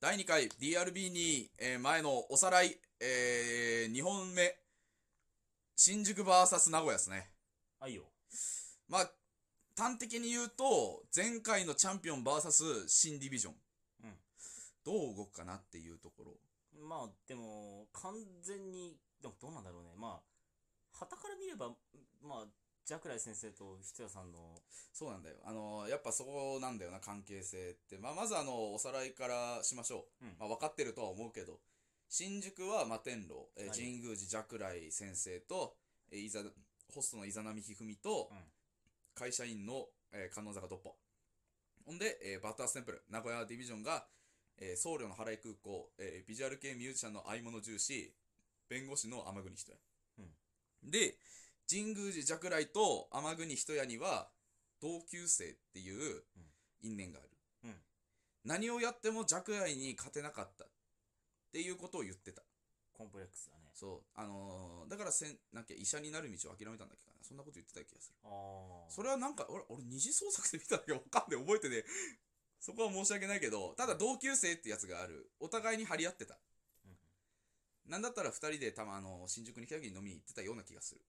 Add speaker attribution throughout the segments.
Speaker 1: 第2回 DRB に、えー前のおさらい、え2本目、新宿 VS 名古屋ですね。
Speaker 2: はいよ。
Speaker 1: まあ、端的に言うと、前回のチャンピオン VS 新ディビジョン。
Speaker 2: うん
Speaker 1: どう動くかなっていうところ。
Speaker 2: まあでも完全にでもどうなんだろうねまあはたから見ればまあジャクライ先生とひとやさんの
Speaker 1: そうなんだよ。あのやっぱそこなんだよな、関係性って。まあ、まずあの、おさらいからしましょう。
Speaker 2: うん
Speaker 1: まあ、分かってるとは思うけど、新宿は摩天楼、えー
Speaker 2: はい
Speaker 1: 神宮寺若来先生と、えーいざホストのイザナミひふみと、
Speaker 2: うん
Speaker 1: 会社員の、えー観音坂ドッポ。ほんで、えーバッターステンプル、名古屋ディビジョンが、えー僧侶の原井空港、えービジュアル系ミュージシャンの合い物重視、弁護士の天国人や。で、神宮寺若来と天国人やには、同級生っていう
Speaker 2: うん
Speaker 1: 因縁がある、
Speaker 2: うん
Speaker 1: 何をやっても弱愛に勝てなかったっていうことを言ってた
Speaker 2: コンプレックスだね
Speaker 1: そうあのーだからせんなんか医者になる道を諦めたんだっけかなそんなこと言ってた気がする
Speaker 2: ああ
Speaker 1: それはなんか俺俺二次創作で見ただけわかんない覚えてねそこは申し訳ないけどただ同級生ってやつがあるお互いに張り合ってた
Speaker 2: うん
Speaker 1: なんだったら2人でたまあの新宿に来た時に飲みに行ってたような気がする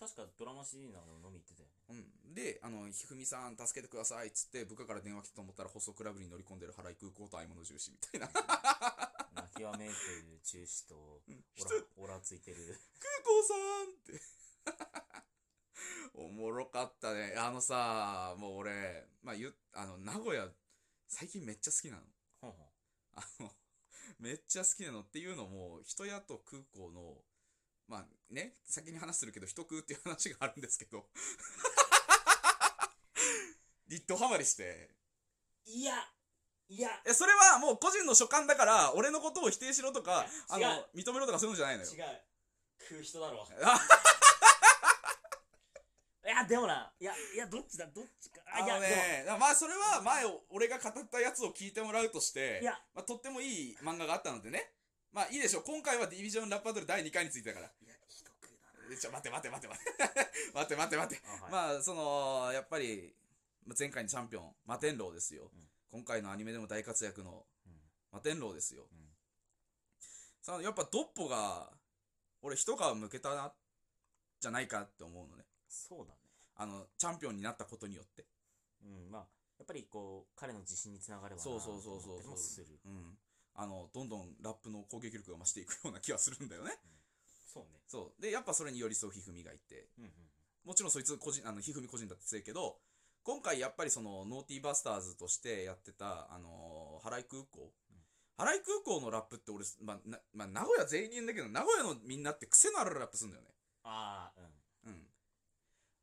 Speaker 2: 確かドラマシリーンなども飲み行ってたよね
Speaker 1: うん、で、あの、ひふみさん、助けてくださいっつって、部下から電話来たと思ったら、細クラブに乗り込んでる原井空港と合い物重視みたいな。
Speaker 2: 泣きわめいてる中止と
Speaker 1: 人
Speaker 2: オラオラついてる
Speaker 1: 空港さんって。 おもろかったね。あのさ、もう俺、まあ、ゆ、あの、名古屋、最近めっちゃ好きなの。
Speaker 2: ほんほん
Speaker 1: あの、めっちゃ好きなのっていうのも、人屋と空港の、まあね、先に話するけど、人空っていう話があるんですけど、 リットハマりして、
Speaker 2: いやいや
Speaker 1: え、それはもう個人の所感だから、俺のことを否定しろとか、あ
Speaker 2: 違う
Speaker 1: の、認めろとかそういうのじゃないのよ。
Speaker 2: 違う食う人だろ
Speaker 1: あ
Speaker 2: いやでもないやいやどっちだどっちか
Speaker 1: あ
Speaker 2: いや
Speaker 1: のね、まあそれは前を俺が語ったやつを聞いてもらうとして、
Speaker 2: いや
Speaker 1: まあ、とってもいい漫画があったのでね。まあいいでしょう。今回はディビジョンラッパートル第2回についてだから。
Speaker 2: いやひどくだ
Speaker 1: えちょ、待て待て待 て待て。待て待て待て。
Speaker 2: なあはい、
Speaker 1: まあその、やっぱり、まあ前回のチャンピオン、摩天楼ですよ。
Speaker 2: うん
Speaker 1: 今回のアニメでも大活躍の
Speaker 2: うん
Speaker 1: 摩天楼ですよ。
Speaker 2: うん
Speaker 1: さあやっぱドッポが俺一皮むけたなじゃないかって思うのね
Speaker 2: そうだね
Speaker 1: あのチャンピオンになったことによって
Speaker 2: うん、まあ、やっぱりこう、彼の自信につながればな
Speaker 1: そうそうそう
Speaker 2: と
Speaker 1: そ
Speaker 2: 思っ
Speaker 1: う
Speaker 2: たり
Speaker 1: そ
Speaker 2: も
Speaker 1: う
Speaker 2: する。
Speaker 1: うん、あのどんどんラップの攻撃力が増していくような気はするんだよね
Speaker 2: そうね。
Speaker 1: そうでやっぱそれに寄り添うひふみがいて
Speaker 2: うんうん。
Speaker 1: もちろんそいつ個人あのひふみ個人だって強いけど今回やっぱりそのノーティーバスターズとしてやってたあのー、原井空港
Speaker 2: うん
Speaker 1: 原井空港のラップって俺、まあなまあ、名古屋全員言うんだけど名古屋のみんなって癖のあるラップするんだよね
Speaker 2: ああ、うん。
Speaker 1: うん。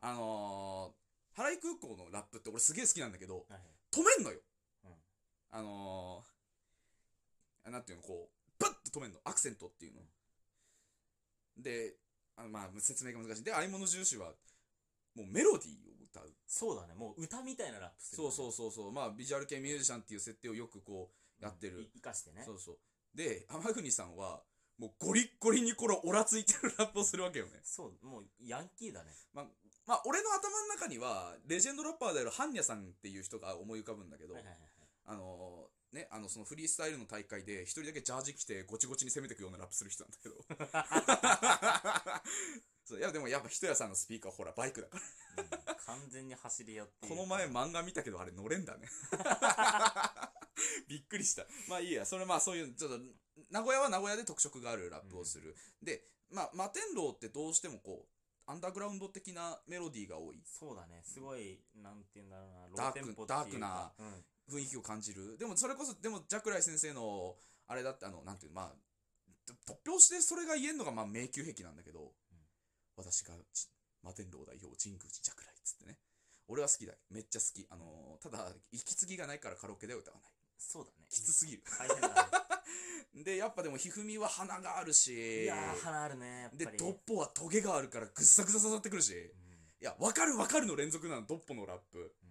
Speaker 1: あのー、原井空港のラップって俺すげえ好きなんだけど、
Speaker 2: はいはい。
Speaker 1: 止めんのよ。
Speaker 2: うん
Speaker 1: あのー、あなんていうの、こう、バッと止めんの。アクセントっていうの。で、あのまあ、説明が難しい。で、合い物重視は、もうメロディーを歌う。
Speaker 2: そうだね。もう歌みたいなラップする、
Speaker 1: そうそうそうそう。まあ、ビジュアル系ミュージシャンっていう設定をよくこう、やってる。
Speaker 2: 生かしてね。
Speaker 1: そうそう。で、天国さんは、もうゴリッゴリにこれオラついてるラップをするわけよね。
Speaker 2: そう、もうヤンキーだね。
Speaker 1: まあ、俺の頭の中には、レジェンドラッパーであるハンニャさんっていう人が思い浮かぶんだけど、
Speaker 2: はいはいはいはい。
Speaker 1: あのーね、あの、そのフリースタイルの大会で、一人だけジャージ着て、ごちごちに攻めていくようなラップする人なんだけど。そういや、でもやっぱ、ひとやさんのスピーカー、ほら、バイクだから。
Speaker 2: うん完全に走りやってい
Speaker 1: こ
Speaker 2: る
Speaker 1: の前漫画見たけど、あれ乗れんだね。びっくりした。まあいいや、それまあそういう、ちょっと、名古屋は名古屋で特色があるラップをする。で、まあ、摩天楼ってどうしてもこう、アンダーグラウンド的なメロディーが多い。
Speaker 2: そうだね。すごい、なんて言うんだろうな。ロ
Speaker 1: ダー
Speaker 2: ー
Speaker 1: ク
Speaker 2: テンポっていうか。
Speaker 1: ダ
Speaker 2: うん。
Speaker 1: 雰囲気を感じる。でもそれこそ、でもジャクライ先生の、あれだって、あの、なんていうの、まあ、と突拍子でそれが言えるのが、まあ、迷宮壁なんだけど、私がち、摩天楼代表、神宮寺ジャクライっつってね。俺は好きだ。めっちゃ好き。あのーただ、息継ぎがないからカラオケでは歌わない。
Speaker 2: そうだね。
Speaker 1: きつすぎる。
Speaker 2: 大変だ
Speaker 1: で、やっぱでも、ひふみは鼻がある
Speaker 2: ね。い
Speaker 1: し
Speaker 2: や、ー、花あるね。やっ
Speaker 1: で
Speaker 2: ぱ、り。
Speaker 1: ドッポはトゲがあるから、ぐっさぐさ刺さってくるし、
Speaker 2: う
Speaker 1: い
Speaker 2: ん
Speaker 1: や、わかるわかるの連続なの、ドッポのラップ。
Speaker 2: う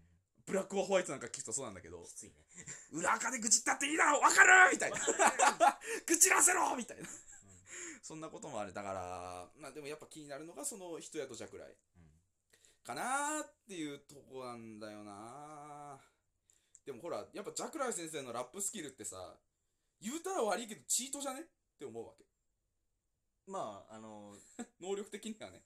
Speaker 1: ブラックはホワイトなんか聞くとそうなんだけど
Speaker 2: んき、ついね。
Speaker 1: 裏垢で愚痴ったっていいだろわかるみたいな。 愚痴らせろみたいな。そんなこともある。だから、まあでもやっぱ気になるのがその人やとじゃくらい
Speaker 2: うん
Speaker 1: かなーっていうとこなんだよなでもほら、やっぱジャクライ先生のラップスキルってさ、言うたら悪いけどチートじゃねって思うわけ。
Speaker 2: まあ、あの、
Speaker 1: 能力的にはね。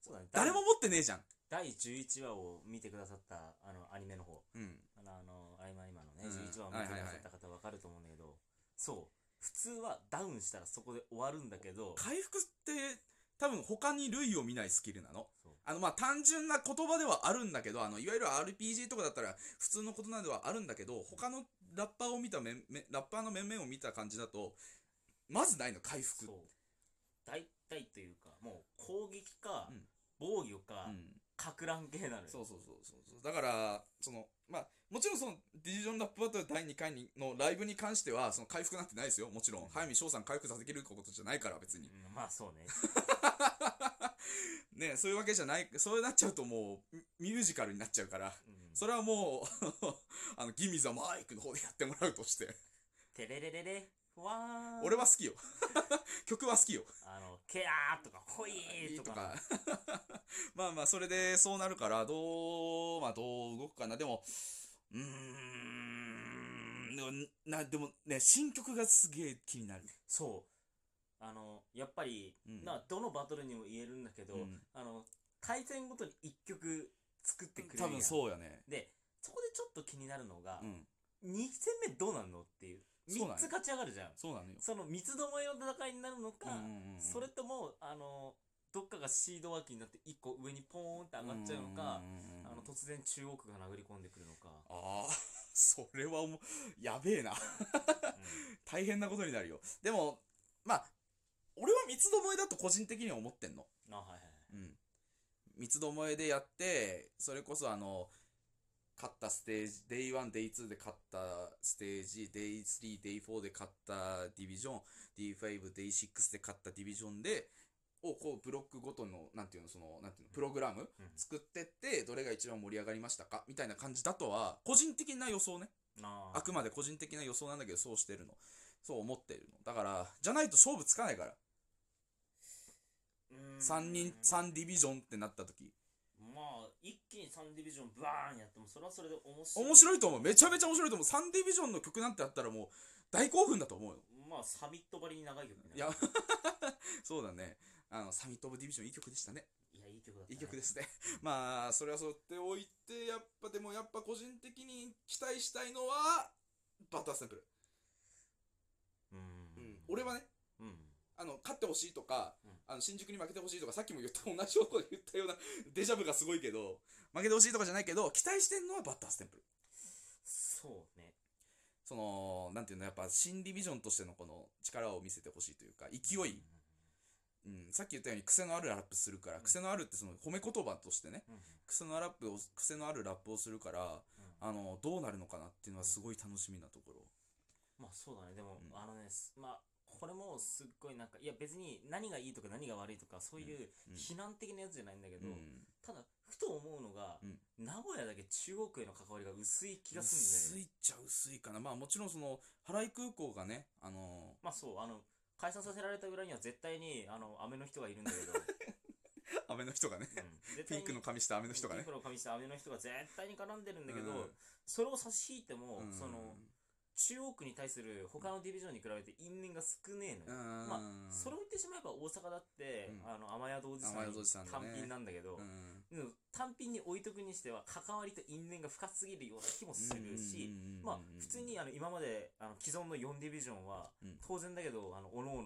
Speaker 2: そうだね。
Speaker 1: 誰も持ってねえじゃん。
Speaker 2: 第11話を見てくださった、あの、アニメの方。
Speaker 1: うん。
Speaker 2: あの、あの合間今のね、
Speaker 1: うん
Speaker 2: 11話を見てくださった方わかると思うんだけど、そう。普通はダウンしたらそこで終わるんだけど、
Speaker 1: 回復って多分他に類を見ないスキルなの。
Speaker 2: そう
Speaker 1: あのまあ単純な言葉ではあるんだけど、あのいわゆる RPG とかだったら普通のことなんではあるんだけど、他のラッパーを見た面々、ラッパーの面々を見た感じだと、まずないの、回復。
Speaker 2: そう。大体というか、もう攻撃か
Speaker 1: うん、
Speaker 2: 防御か
Speaker 1: う、ん
Speaker 2: かく乱系なのよ。
Speaker 1: そうそうそうそうそうだからそのまあもちろんそのディジョンラップバトル第2回にのライブに関してはその回復なんてないですよもちろん早見翔さん回復させることじゃないから別に
Speaker 2: うんまあそうね。
Speaker 1: ねそういうわけじゃないそうなっちゃうともうミミュージカルになっちゃうから
Speaker 2: う ん
Speaker 1: それはもう あのギミザマイクの方でやってもらうとして
Speaker 2: テレレレレ、わーん
Speaker 1: 俺は好きよ 曲は好きよ
Speaker 2: あの、ケアーとか、ホイーとか。
Speaker 1: まあまあそれでそうなるからどうまあどう動くかなでもうーんでもなでもね新曲がすげえ気になる、
Speaker 2: そう。あの、やっぱり、
Speaker 1: うん
Speaker 2: な、どのバトルにも言えるんだけど、
Speaker 1: うん
Speaker 2: あの、対戦ごとに一曲作ってくれるや
Speaker 1: 多
Speaker 2: ん。
Speaker 1: 分そうやね
Speaker 2: で、そこでちょっと気になるのが、
Speaker 1: うん
Speaker 2: 2戦目どうなんのっていう。
Speaker 1: そうなんよ
Speaker 2: 3つ勝ち上がるじゃん。
Speaker 1: そうなのよ
Speaker 2: その三つどもえの戦いになるのか、
Speaker 1: うんうんうんうん
Speaker 2: それとも、あの、どっかがシード脇になって一個上にポーンって上がっちゃうのか、
Speaker 1: んうんうんうん
Speaker 2: あの突然中国が殴り込んでくる のか、
Speaker 1: あーそれはもうやべえな
Speaker 2: う
Speaker 1: 大変なことになるよでもまあ俺は三つどもえだと個人的には思ってんの
Speaker 2: んあはいはいはい
Speaker 1: うん、三つどもえでやってそれこそあの勝ったステージ Day1Day2 で勝ったステージ Day3Day4 で勝ったディビジョン D5Day6 で勝ったディビジョンでをこうブロックごとのなんていうのそのなんていうのプログラム
Speaker 2: うん
Speaker 1: 作ってってどれが一番盛り上がりましたかみたいな感じだとは個人的な予想ね
Speaker 2: あー
Speaker 1: あくまで個人的な予想なんだけどそうしてるのそう思ってるのだからじゃないと勝負つかないから
Speaker 2: うーん
Speaker 1: 3人3ディビジョンってなった時
Speaker 2: まあ一気に3ディビジョンバーンやってもそれはそれで面白い
Speaker 1: 面白いと思うめちゃめちゃ面白いと思うサンディビジョンの曲なんてあったらもう大興奮だと思うよ
Speaker 2: まあサミットばりに長い曲にない
Speaker 1: やそうだねあのサミット・オブ・ディビジョンいい曲でしたね
Speaker 2: いやいい曲だった、
Speaker 1: いい
Speaker 2: ね、
Speaker 1: 曲ですね まあそれはそうっておいてやっぱでもやっぱ個人的に期待したいのはバターサンプル、
Speaker 2: うー
Speaker 1: う
Speaker 2: ん、
Speaker 1: ん、俺はね
Speaker 2: うん
Speaker 1: あの勝ってほしいとか、
Speaker 2: うん
Speaker 1: あの新宿に負けてほしいとかさっきも言った同じこと言ったような デジャブがすごいけど負けてほしいとかじゃないけど期待してんのはバッターステンプル
Speaker 2: そうね
Speaker 1: そのなんていうのやっぱ新ディビジョンとしてのこの力を見せてほしいというか勢い、うん、さっき言ったように癖のあるラップするから、
Speaker 2: うん
Speaker 1: 癖のあるってその褒め言葉としてね
Speaker 2: うんうん
Speaker 1: 癖のあるラップを癖のあるラップをするから
Speaker 2: うん
Speaker 1: あのどうなるのかなっていうのはすごい楽しみなところ
Speaker 2: まあそうだねでも、
Speaker 1: うん
Speaker 2: あのねすまあこれもすっごいなんかいや別に何がいいとか何が悪いとかそういう
Speaker 1: うん
Speaker 2: 非難的なやつじゃないんだけど、
Speaker 1: うん、
Speaker 2: ただふと思うのが、
Speaker 1: うん
Speaker 2: 名古屋だけ中国への関わりが薄い気がするん
Speaker 1: 薄
Speaker 2: だよね
Speaker 1: いっちゃ薄いかなまあもちろんその原井空港がねあの
Speaker 2: まあそうあの解散させられたぐらいには絶対にあの雨の人がいるんだけど、
Speaker 1: 雨の人がね
Speaker 2: うん、絶
Speaker 1: ピ
Speaker 2: 対
Speaker 1: ン
Speaker 2: に
Speaker 1: クの髪した雨の人が
Speaker 2: ピ
Speaker 1: ね
Speaker 2: ンクの髪した雨の人が絶対に絡んでるんだけど、
Speaker 1: うん
Speaker 2: それを差し引いても、
Speaker 1: うん
Speaker 2: その中央区に対する他のディビジョンに比べて因縁が少ねえ
Speaker 1: う
Speaker 2: のよ、
Speaker 1: ん
Speaker 2: まそれを言ってしまえば大阪だって、
Speaker 1: うん
Speaker 2: あの雨宿おじさん
Speaker 1: 雨宿おじさんだね
Speaker 2: 単品なんだけど、
Speaker 1: うん
Speaker 2: うん単品に置いとくにしては関わりと因縁が深すぎるような気もするし、
Speaker 1: うんうんうんうん
Speaker 2: まあ普通にあの今まであの既存の4ディビジョンは
Speaker 1: うん
Speaker 2: 当然だけどあの各々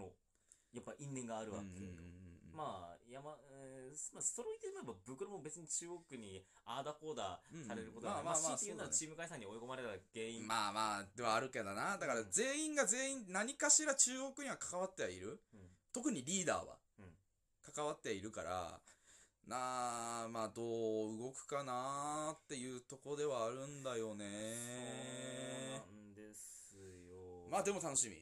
Speaker 2: やっぱ因縁があるわ
Speaker 1: う
Speaker 2: け、
Speaker 1: んうんうんうん
Speaker 2: まあ山、えーまあ、ストロイといえばブクロも別に中国にああだこうだされることはな
Speaker 1: う
Speaker 2: い
Speaker 1: んま
Speaker 2: ま
Speaker 1: あ
Speaker 2: あ
Speaker 1: まあまあ
Speaker 2: 強いて言うのは
Speaker 1: そ
Speaker 2: チーム解散に追い込まれた原因、
Speaker 1: まあまあではあるけどなだから
Speaker 2: うん
Speaker 1: 全員が全員何かしら中国には関わってはいる、
Speaker 2: うん
Speaker 1: 特にリーダーは
Speaker 2: うん
Speaker 1: 関わってはいるからなあまあどう動くかなっていうとこではあるんだよね
Speaker 2: そうなんですよ
Speaker 1: まあでも楽しみ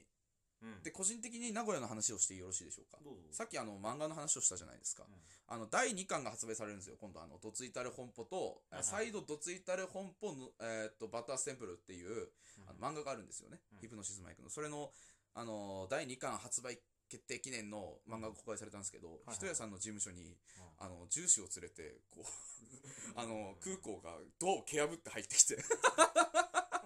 Speaker 2: うん
Speaker 1: で個人的に名古屋の話をしてよろしいでしょうか
Speaker 2: どうぞ
Speaker 1: さっきあの漫画の話をしたじゃないですか、
Speaker 2: うん
Speaker 1: あの第2巻が発売されるんですよ今度あの「どついたる本舗」と「
Speaker 2: はいはい
Speaker 1: 再度どついたる本舗の、えーっとバターステンプル」っていうあの漫画があるんですよね、
Speaker 2: うん
Speaker 1: ヒプノシスマイクのそれの、あのー第2巻発売決定記念の漫画が公開されたんですけど、
Speaker 2: はい
Speaker 1: ひとやさんの事務所にあの重視を連れ てこうあの空港がドアを蹴破って入ってきて
Speaker 2: うん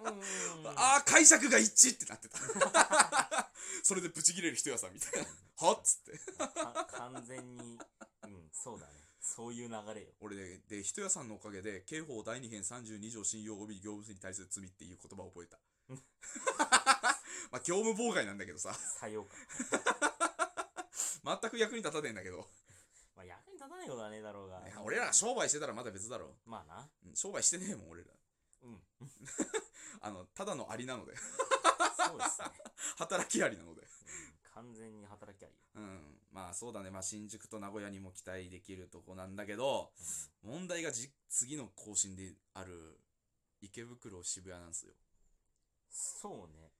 Speaker 2: うんうん
Speaker 1: ああ解釈が一致ってなってた それでブチギレる人やさんみたいなはっつって
Speaker 2: か完全に、うん、そうだね。そういう流れよ。
Speaker 1: 俺ねで人やさんのおかげで刑法第2編32条信用及び業務に対する罪っていう言葉を覚えたまあ業務妨害なんだけどさ
Speaker 2: さようか。
Speaker 1: 全く役に立たねえんだけど
Speaker 2: まあ、役に立たないことはねえだろうが
Speaker 1: いや。俺らが商売してたらまだ別だろ
Speaker 2: まあな。
Speaker 1: うん商売してねえもん俺ら
Speaker 2: うん。
Speaker 1: あのただのアリなので
Speaker 2: そうですね。
Speaker 1: 働きアリなので
Speaker 2: うん完全に働きゃいいよ。
Speaker 1: うんまあそうだね、まあ、新宿と名古屋にも期待できるとこなんだけど問題がじ次の更新である池袋渋谷なんですよ
Speaker 2: そうね。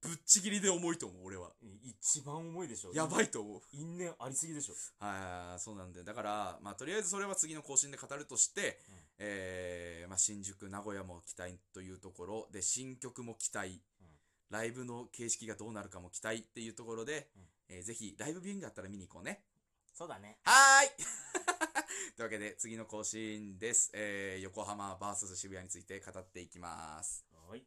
Speaker 1: ぶっちぎりで重いと思う俺は
Speaker 2: 一番重いでしょ。
Speaker 1: やば
Speaker 2: い。
Speaker 1: いと思う
Speaker 2: 因縁ありすぎでしょ。
Speaker 1: はいそうなんでだからまあとりあえずそれは次の更新で語るとして、
Speaker 2: うん
Speaker 1: えーまあ、新宿名古屋も期待というところで新曲も期待、
Speaker 2: うん
Speaker 1: ライブの形式がどうなるかも期待っていうところで、
Speaker 2: うん
Speaker 1: えーぜひライブビューイングあったら見に行こうね
Speaker 2: そうだね。
Speaker 1: はーい というわけで次の更新です、えー横浜 VS 渋谷について語っていきます
Speaker 2: はい。